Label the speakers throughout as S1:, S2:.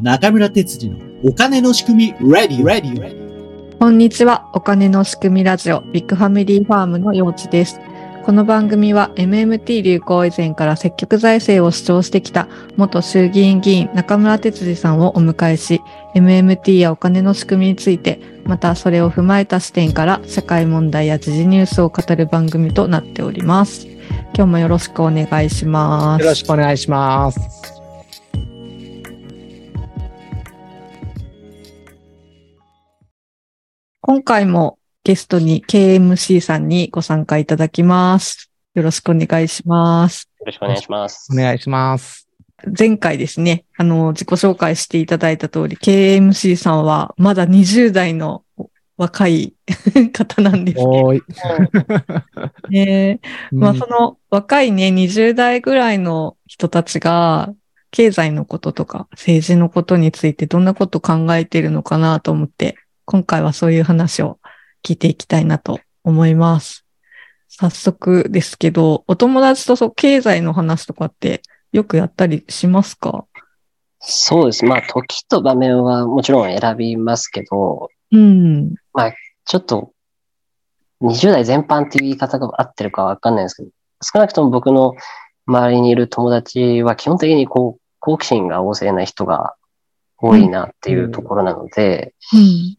S1: 中村哲次のお金の仕組み、レディ、レディ。
S2: こんにちは。お金の仕組みラジオ、ビッグファミリーファームのようちです。この番組は MMT 流行以前から積極財政を主張してきた元衆議院議員中村哲司さんをお迎えし、MMT やお金の仕組みについて、またそれを踏まえた視点から社会問題や時事ニュースを語る番組となっております。今日もよろしくお願いします。
S3: よろしくお願いします。
S2: 今回もゲストに KMC さんにご参加いただきます。よろしくお願いします。
S4: よろしくお願いします。
S3: お願いします。
S2: 前回ですね、あの、自己紹介していただいた通り、KMC さんはまだ20代の若い 方なんです
S3: おーい。
S2: ね。まあ、
S3: うん
S2: その若いね、20代ぐらいの人たちが、経済のこととか政治のことについてどんなこと考えているのかなと思って、今回はそういう話を聞いていきたいなと思います。早速ですけど、お友達とそう経済の話とかってよくやったりしますか
S4: そうです。まあ、時と場面はもちろん選びますけど、
S2: うん。
S4: ちょっと、20代全般っていう言い方が合ってるかわかんないですけど、少なくとも僕の周りにいる友達は基本的にこう、好奇心が旺盛な人が多いなっていうところなので、
S2: うん。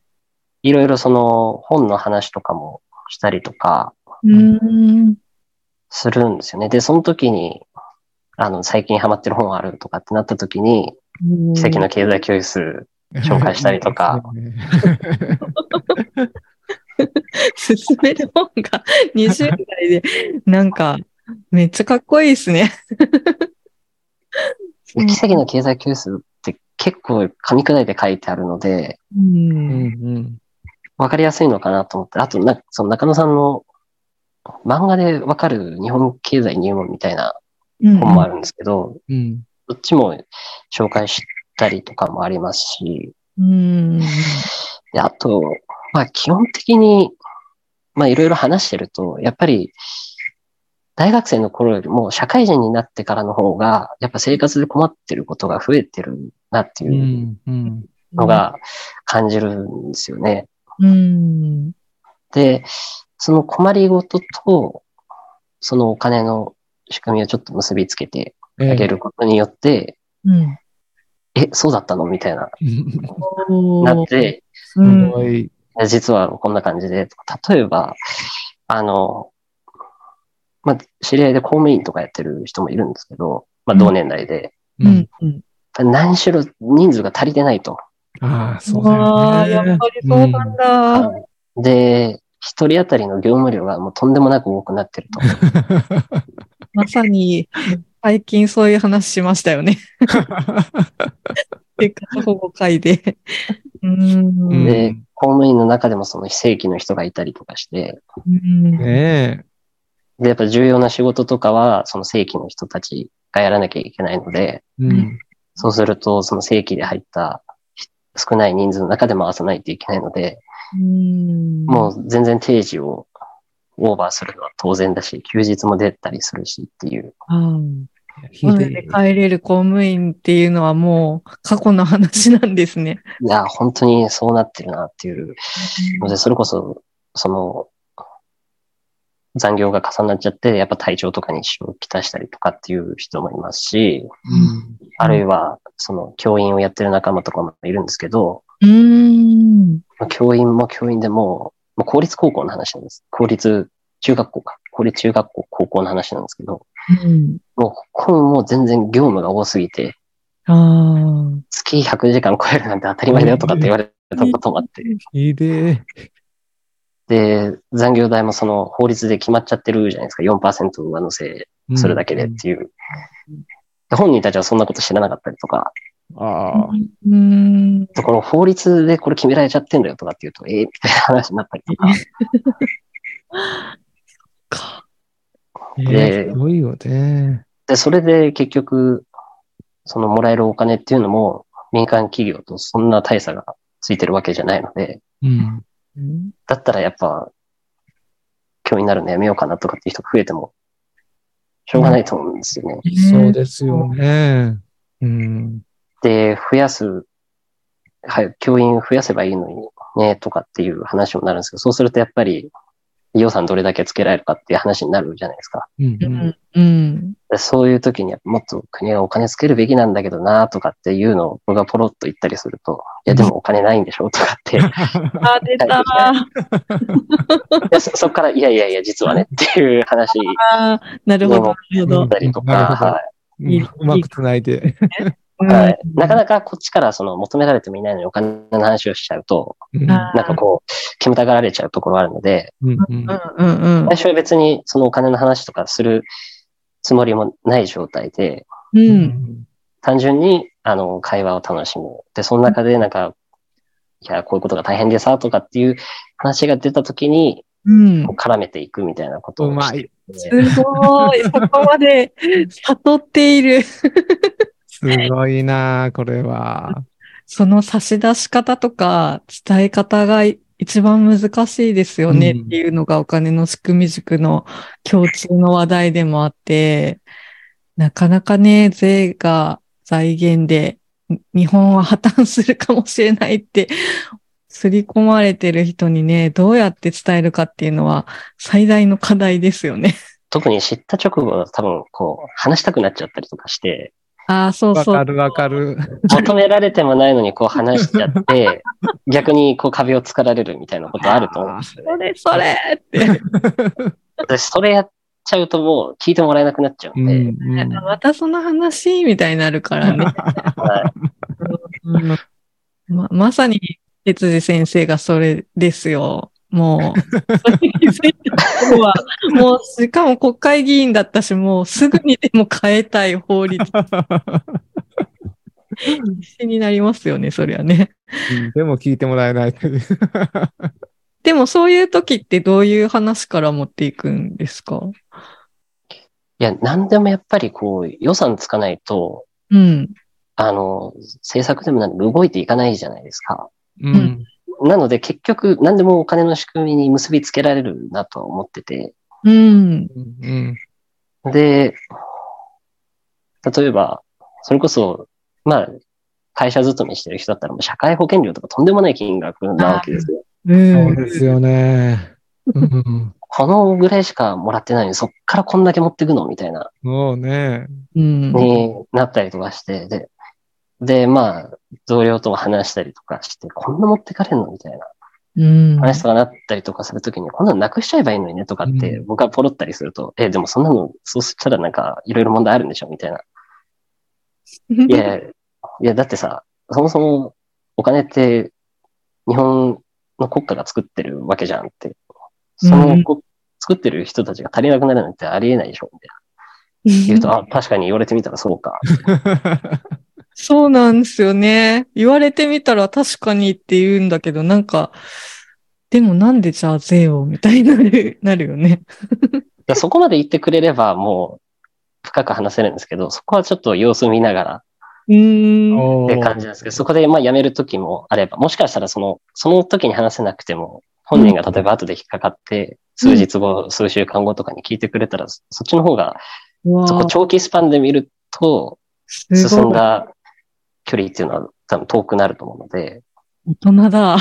S4: いろいろその本の話とかもしたりとか
S2: うん。
S4: するんですよね。で、その時に、あの、最近ハマってる本あるとかってなった時に、奇跡の経済教室紹介したりとか。
S2: 進める本が 20代で、なんか、めっちゃかっこいいですね。
S4: 奇跡の経済教室って結構噛み砕いて書いてあるので、
S2: う
S3: うん
S2: ん。
S3: うん
S4: わかりやすいのかなと思って、あとなんかその中野さんの漫画でわかる日本経済入門みたいな
S2: うん
S4: 本もあるんですけど、
S3: うん
S4: どっちも紹介したりとかもありますし、
S2: うん。
S4: であと、まあ基本的に、まあいろいろ話してると、やっぱり大学生の頃よりも社会人になってからの方が、やっぱ生活で困ってることが増えてるなっていううん
S3: うん
S4: のが感じるんですよね。
S2: うん。
S4: で、その困りごとと、そのお金の仕組みをちょっと結びつけて
S3: ええ
S4: あげることによって、
S2: うん。
S4: え、そうだったのみたいな、
S3: うん
S2: お
S4: なっ
S2: ー
S4: て、
S2: う
S3: す
S2: ん。
S3: ごい。
S4: いや実はこんな感じで、とか例えば、あの、まあ、知り合いで公務員とかやってる人もいるんですけど、まあ、同年代で、
S2: う
S3: うんん。
S2: うん。
S4: 何しろ人数が足りてないと。
S3: ああ、そうだ
S2: わあ、や
S3: よ
S2: っ
S3: ね
S2: ぱりそうなんだ。
S4: で、一人当たりの業務量がもうとんでもなく多くなってると。
S2: まさに、最近そういう話しましたよね。結果保護会で。うん。
S3: うん
S4: で、公務員の中でもその非正規の人がいたりとかして、
S2: うん
S3: ね
S4: で、やっぱ重要な仕事とかは、その正規の人たちがやらなきゃいけないので、
S3: え。うん
S4: そうすると、その正規で入った少ない人数の中で回さないといけないので、
S2: うん
S4: もう全然定時をオーバーするのは当然だし、休日も出たりするしっていう。
S2: うん。
S3: ひ
S2: そ
S3: で
S2: れで帰れる公務員っていうのはもう過去の話なんですね。
S4: いや、本当にそうなってるなっていう。ので、それこそ、その、残業が重なっちゃって、やっぱ体調とかに支障をきたしたりとかっていう人もいますし、あるいは、その、教員をやってる仲間とかもいるんですけど、
S2: うーん。
S4: まあ教員も教員でもう、まあ公立高校の話なんです。公立中学校か。公立中学校、高校の話なんですけど、
S2: うん。
S4: もうここももう全然業務が多すぎて、
S2: ああ。
S4: 月100時間超えるなんて当たり前だよとかって言われたこともあって、
S3: ひでえ。
S4: で、残業代もその法律で決まっちゃってるじゃないですか。4%上乗せするだけでっていう。で本人たちはそんなこと知らなかったりとか、
S3: ああ。
S2: うーん。
S4: でこの法律でこれ決められちゃってんだよとかっていうと、ええみたいな話になったりとか、
S2: か。
S3: ねえすごいよね。
S4: で、それで結局、そのもらえるお金っていうのも、民間企業とそんな大差がついてるわけじゃないので、
S3: うん。
S2: うん
S4: だったらやっぱ、教員になるのやめようかなとかっていう人が増えてもしょうがないと思うんですよね。
S3: そうですよね。うん。
S4: で、増やす、はい、教員増やせばいいのにね、とかっていう話もなるんですけど、そうするとやっぱり予算どれだけつけられるかっていう話になるじゃないですか。
S3: うん
S2: う ん。う
S3: うん
S2: ん。
S4: でそういう時にもっと国がお金つけるべきなんだけどな、とかっていうのを僕がポロッと言ったりすると、いやでもお金ないんでしょと かって、
S2: あ、出
S4: たでそそこからいやいやいや実はねっていう話に
S2: あーなるほど、なるほ
S4: な
S2: ど
S4: っ。たりと
S3: なる
S4: か、
S3: ほど
S4: はい。
S2: いいう
S3: まくつないで。
S4: はい、なかなかこっちからその求められてもいないのにお金の話をしちゃうと、
S3: うん
S2: あー
S4: なんかこう、煙たがられちゃうところがあるので、
S3: うんうん
S2: うんうんうん
S4: 最初は別にそのお金の話とかするつもりもない状態で、
S2: う。
S3: うんん
S4: 単純にあの会話を楽しむ。で、その中でなんか、いや、こういうことが大変でさ、とかっていう話が出た時に、
S2: うん
S4: こう。絡めていくみたいなこと
S3: う
S4: をし
S3: ま
S4: て
S3: い。
S2: す
S4: て、
S2: ごい。そこまで悟っている。
S3: すごいなあ、これは。
S2: その差し出し方とか伝え方がい一番難しいですよね
S3: うん
S2: っていうのがお金の仕組み塾の共通の話題でもあって、なかなかね、税が財源でに日本は破綻するかもしれないって、刷り込まれてる人にね、どうやって伝えるかっていうのは最大の課題ですよね。
S4: 特に知った直後は多分こう、話したくなっちゃったりとかして、
S2: ああ、そう
S3: わ
S2: そ
S3: か
S2: う。
S3: るわかる。
S4: 求められてもないのにこう話しち ゃって、逆にこう壁を作られるみたいなことあると思うんですよ
S2: そ
S4: ね。
S2: れそれって。
S4: 私それやっちゃうともう聞いてもらえなくなっちゃう
S3: うんん
S4: で、
S3: うん
S2: またその話みたいになるからね。
S4: はい
S2: ま、まさに、哲司先生がそれですよ。もう、それに気づいた頃は、もう、しかも国会議員だったし、もうすぐにでも変えたい法律になりますよね、そりゃね。
S3: でも聞いてもらえないという。
S2: でもそういう時ってどういう話から持っていくんですか
S4: いや、なんでもやっぱりこう予算つかないと、
S2: うん。
S4: あの、政策でもなんでも動いていかないじゃないですか。
S3: うん
S4: なので結局何でもお金の仕組みに結びつけられるなとは思ってて。
S2: うん。
S3: うん
S4: で、例えば、それこそ、まあ、会社勤めしてる人だったらもう社会保険料とかとんでもない金額なわけですよ。
S2: う
S3: そうで
S2: ん。
S3: すよね。うん
S4: このぐらいしかもらってないのに、そっからこんだけ持ってくのみたいな、
S3: もうね。
S2: うん。
S4: になったりとかして、で、で、まあ、同僚とも話したりとかして、こんな持ってかれんのみたいな
S2: うん。
S4: 話とかなったりとかするときに、こんなのなくしちゃえばいいのにねとかって
S3: う、
S4: 僕はポロったりすると、え、でもそんなの、そうしたらなんか、いろいろ問題あるんでしょみたいな。いや、いや、だってさ、そもそもお金って日本の国家が作ってるわけじゃんって。そのこ、作ってる人たちが足りなくなるなんてありえないでしょみたいな。言うと、あ、確かに言われてみたらそうか。
S2: そうなんですよね。言われてみたら確かにって言うんだけど、なんか、でもなんでじゃあ税をみたいになる、なるよね。
S4: だからそこまで言ってくれればもう深く話せるんですけど、そこはちょっと様子見ながら
S2: うーん。
S4: って感じなんですけど、そこでまあやめる時もあれば、もしかしたらその、その時に話せなくても、本人が例えば後で引っかかって、数日後、数週間後とかに聞いてくれたら、そっちの方が、そこ
S2: わあ、
S4: 長期スパンで見ると、
S2: す
S4: 進ん
S2: ごい。
S4: だ距離っていうのは多分遠くなると思うので、
S2: 大人だ。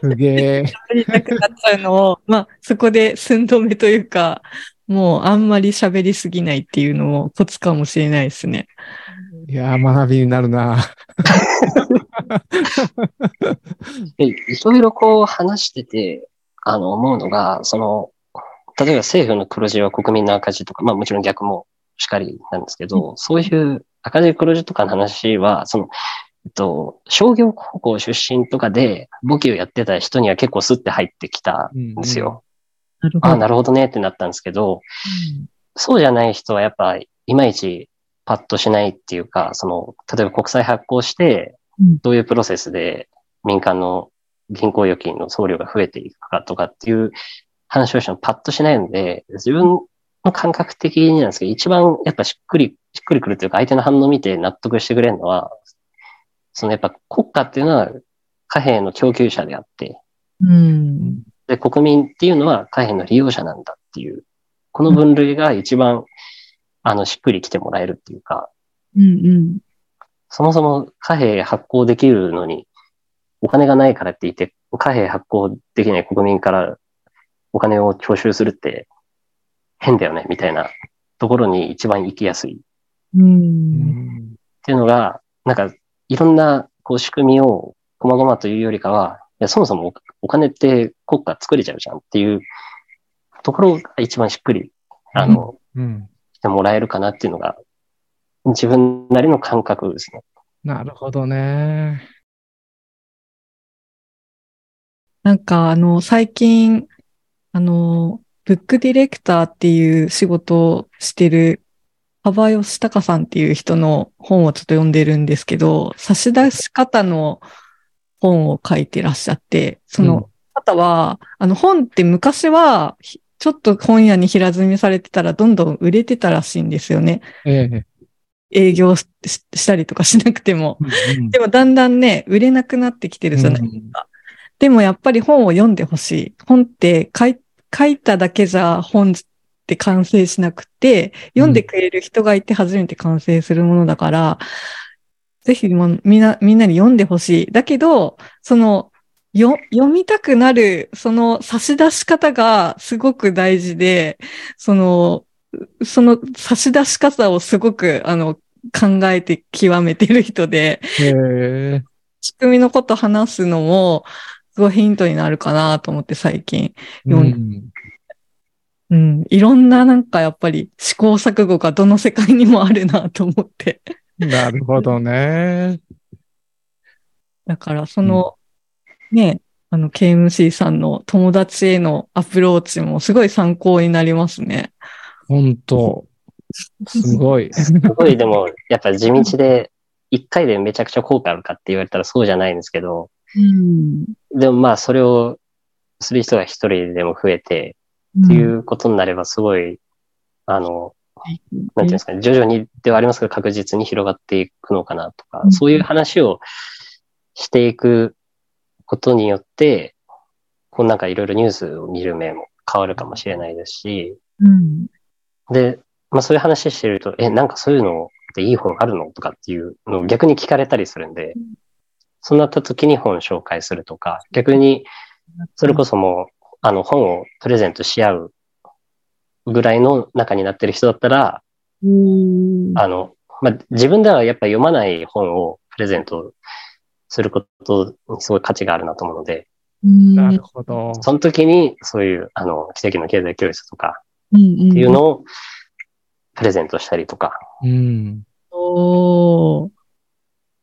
S3: すげえ。
S2: 喋りたくなっちゃうのを、ま あ、そこで寸止めというか、もうあんまり喋りすぎないっていうのもコツかもしれないですね。
S3: いやー、学びになるな。
S4: でいろいろこう話してて、あの思うのが、その、例えば政府の黒字は国民の赤字とか、まあもちろん逆もしかりなんですけど、そういう赤字黒字とかの話は、その、えっと、商業高校出身とかで簿記をやってた人には結構スッて入ってきた
S3: うん
S4: んですよ。
S2: なる
S4: ああ、なるほどねってなったんですけど、そうじゃない人はやっぱ、いまいちパッとしないっていうか、その、例えば国債発行して
S2: うん、
S4: どういうプロセスで民間の銀行預金の送料が増えていくかとかっていう話をしてもパッとしないので、自分の感覚的になんですけど、一番やっぱしっくり、しっくりくるというか、相手の反応を見て納得してくれるのは、そのやっぱ国家っていうのは貨幣の供給者であって、
S2: うん。
S4: で、国民っていうのは貨幣の利用者なんだっていうこの分類が一番、あの、しっくりきてもらえるっていうか、
S2: うんうん。
S4: そもそも貨幣発行できるのに、お金がないからって言って、貨幣発行できない国民からお金を徴収するって変だよね、みたいなところに一番行きやすい。
S2: う。
S3: うんん
S4: っていうのが、なんか、いろんな、こう、仕組みを、細々というよりかは、いやそもそもおお金って国家作れちゃうじゃんっていうところが一番しっくり、あの、
S3: うん
S4: してもらえるかなっていうのが、自分なりの感覚です ね。
S3: なるほどね。
S2: なんか、あの、最近、あの、ブックディレクターっていう仕事をしてる、幅吉隆さんっていう人の本をちょっと読んでるんですけど、差し出し方の本を書いてらっしゃって、その方は、あの本って昔は、ひちょっと本屋に平積みされてたら、どんどん売れてたらしいんですよね。
S3: ええ。
S2: 営業しししたりとかしなくても。
S1: うん
S2: でもだんだんね、売れなくなってきてるじゃないですか。でもやっぱり本を読んでほしい。本って書い書いただけじゃ本って完成しなくて、読んでくれる人がいて初めて完成するものだから、ぜひもうみんな、みんなに読んでほしい。だけど、その、よ読みたくなる、その差し出し方がすごく大事で、その、その差し出し方をすごく、あの、考えて極めてる人で、
S3: ええ。
S2: 仕組みのこと話すのも、すごいヒントになるかなと思って最近。
S3: う。
S2: うんうん。いろんななんかやっぱり試行錯誤がどの世界にもあるなと思って。
S3: なるほどね。
S2: だからその、ね、あの KMC さんの友達へのアプローチもすごい参考になりますね。
S3: 本当すごい。
S4: すごい、でも、やっぱ地道で、一回でめちゃくちゃ効果あるかって言われたらそうじゃないんですけど、
S2: うん。
S4: でもまあ、それをする人が一人でも増えて、っていうことになれば、すごい、あの、なんていうんですかね、徐々にではありますけど、確実に広がっていくのかなとか
S2: う、ん
S4: そういう話をしていくことによって、こうなんかいろいろニュースを見る目も変わるかもしれないですし、
S2: うん。
S4: で、まあそういう話してると、え、なんかそういうのっていい本あるのとかっていうのを逆に聞かれたりするんで
S2: うん、
S4: そうなった時に本紹介するとか、逆にそれこそもう、あの本をプレゼントし合うぐらいの中になってる人だったら、
S2: うん。
S4: あの、まあ、自分ではやっぱ読まない本をプレゼントすることにすごい価値があるなと思うので、
S2: うん
S3: なるほど。
S4: その時にそういう、あの、奇跡の経済教室とか
S2: うん。
S4: っていうのをプレゼントしたりとか、
S3: うん。
S2: お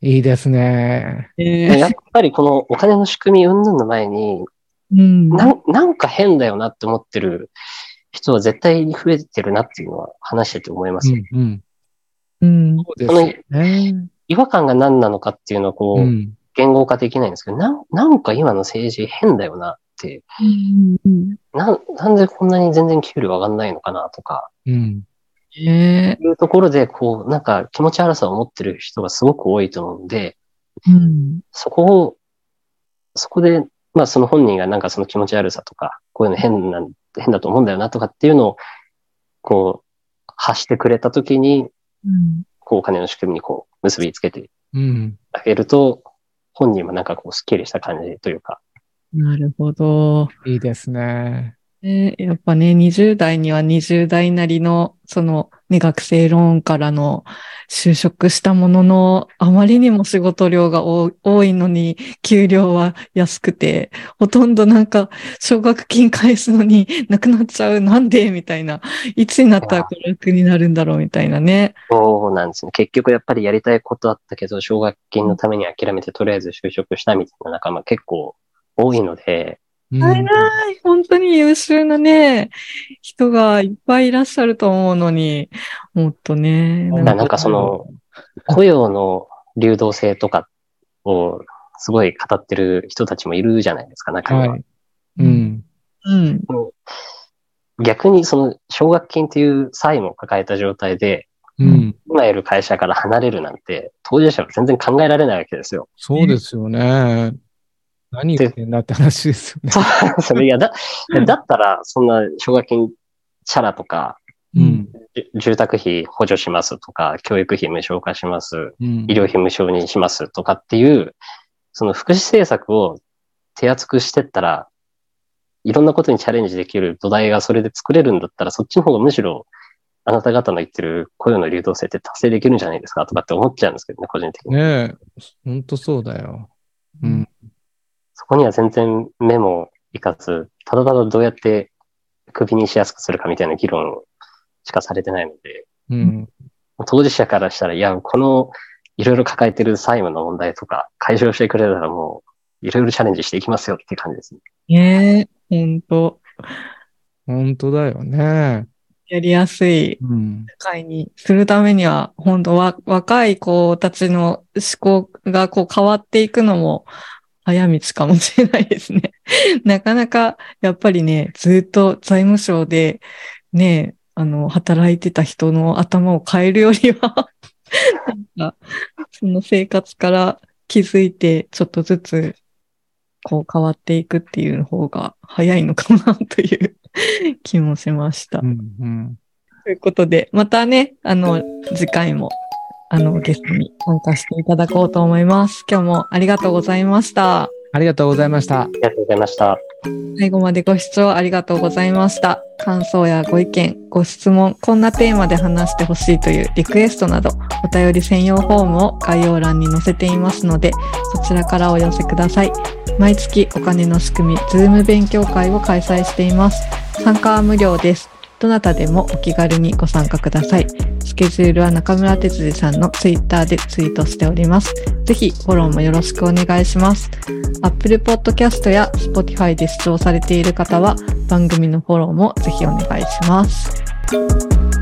S2: ー
S3: いいですね。
S2: え
S4: や
S2: ー
S4: っぱりこのお金の仕組み云々の前に、
S2: うん。
S4: なんなんか変だよなって思ってる人は絶対に増えてるなっていうのは話してて思います。
S3: うん。うん。
S2: うん。
S3: そうですよね。
S4: 違和感が何なのかっていうのをこ
S3: う。
S4: うん言語化できないんですけど、なんなんか今の政治変だよなって
S2: うん
S4: なん、なんでこんなに全然給料上がんないのかなとか、
S3: うん。
S2: え
S4: いうところで、こう、なんか気持ち悪さを持ってる人がすごく多いと思うんで、
S2: ーうん。
S4: そこを、そこで、まあその本人がなんかその気持ち悪さとか、こういうの変なん、変だと思うんだよなとかっていうのを、こう、発してくれたときに、
S2: うん。
S4: こうお金の仕組みにこう結びつけてい
S3: うん。
S4: ただけると、本人もなんかこうスッキリした感じというか、
S2: なるほど。
S3: いいですね。
S2: ねやっぱね、20代には20代なりの、その、ね、学生ローンからの就職したものの、あまりにも仕事量が多多いのに、給料は安くて、ほとんどなんか、奨学金返すのに なくなっちゃう、なんでみたいな、いつになったらこれ楽になるんだろうみたいなね。
S4: そうなんですね。結局やっぱりやりたいことあったけど、奨学金のために諦めてとりあえず就職したみたいな仲間結構多いので、
S3: うん
S2: はいはい、本当に優秀なね、人がいっぱいいらっしゃると思うのに、もっとね、
S4: だからなんかその、雇用の流動性とかをすごい語ってる人たちもいるじゃないですか、中には。
S3: はい。うん。
S2: うん、
S4: 逆にその奨学金という債務を抱えた状態で、
S3: うん。
S4: 今いる会社から離れるなんて、当事者は全然考えられないわけですよ。
S3: そうですよね。何言ってんだって話ですよね。
S4: そうなんですよね。いや、だ、だったら、そんな奨学金チャラとか、
S3: うん。
S4: じゅ住宅費補助しますとか、教育費無償化します、
S3: うん
S4: 医療費無償にしますとかっていう、その福祉政策を手厚くしてったら、いろんなことにチャレンジできる土台がそれで作れるんだったら、そっちの方がむしろ、あなた方の言ってる雇用の流動性って達成できるんじゃないですかとかって思っちゃうんですけどね、個人的に。
S3: ねえ、ほんとそうだよ。うん。
S4: そこには全然目もいかず、ただただどうやって首にしやすくするかみたいな議論しかされてないので、
S3: うん。
S4: 当事者からしたら、いや、このいろいろ抱えてる債務の問題とか解消してくれたらもういろいろチャレンジしていきますよって感じですね。
S2: ねえ、ほんと。
S3: ほんとだよね。
S2: やりやすい
S3: うん。
S2: 社会にするためには、本当は若い子たちの思考がこう変わっていくのも早道かもしれないですね。 なかなか、やっぱりね、ずっと財務省で、ね、あの、働いてた人の頭を変えるよりは なんか、その生活から気づいて、ちょっとずつ、こう変わっていくっていう方が早いのかなという気もしました
S3: う。ん。
S2: ということで、またね、あの、次回も、あの、ゲストに参加していただこうと思います。今日もありがとうございました。
S3: ありがとうございました。
S4: ありがとうございました。
S2: 最後までご視聴ありがとうございました。感想やご意見、ご質問、こんなテーマで話してほしいというリクエストなど、お便り専用フォームを概要欄に載せていますので、そちらからお寄せください。毎月お金の仕組み、Zoom 勉強会を開催しています。参加は無料です。どなたでもお気軽にご参加ください。スケジュールは中村哲司さんの Twitter でツイートしております。ぜひフォローもよろしくお願いします。Apple Podcast や Spotify で視聴されている方は番組のフォローもぜひお願いします。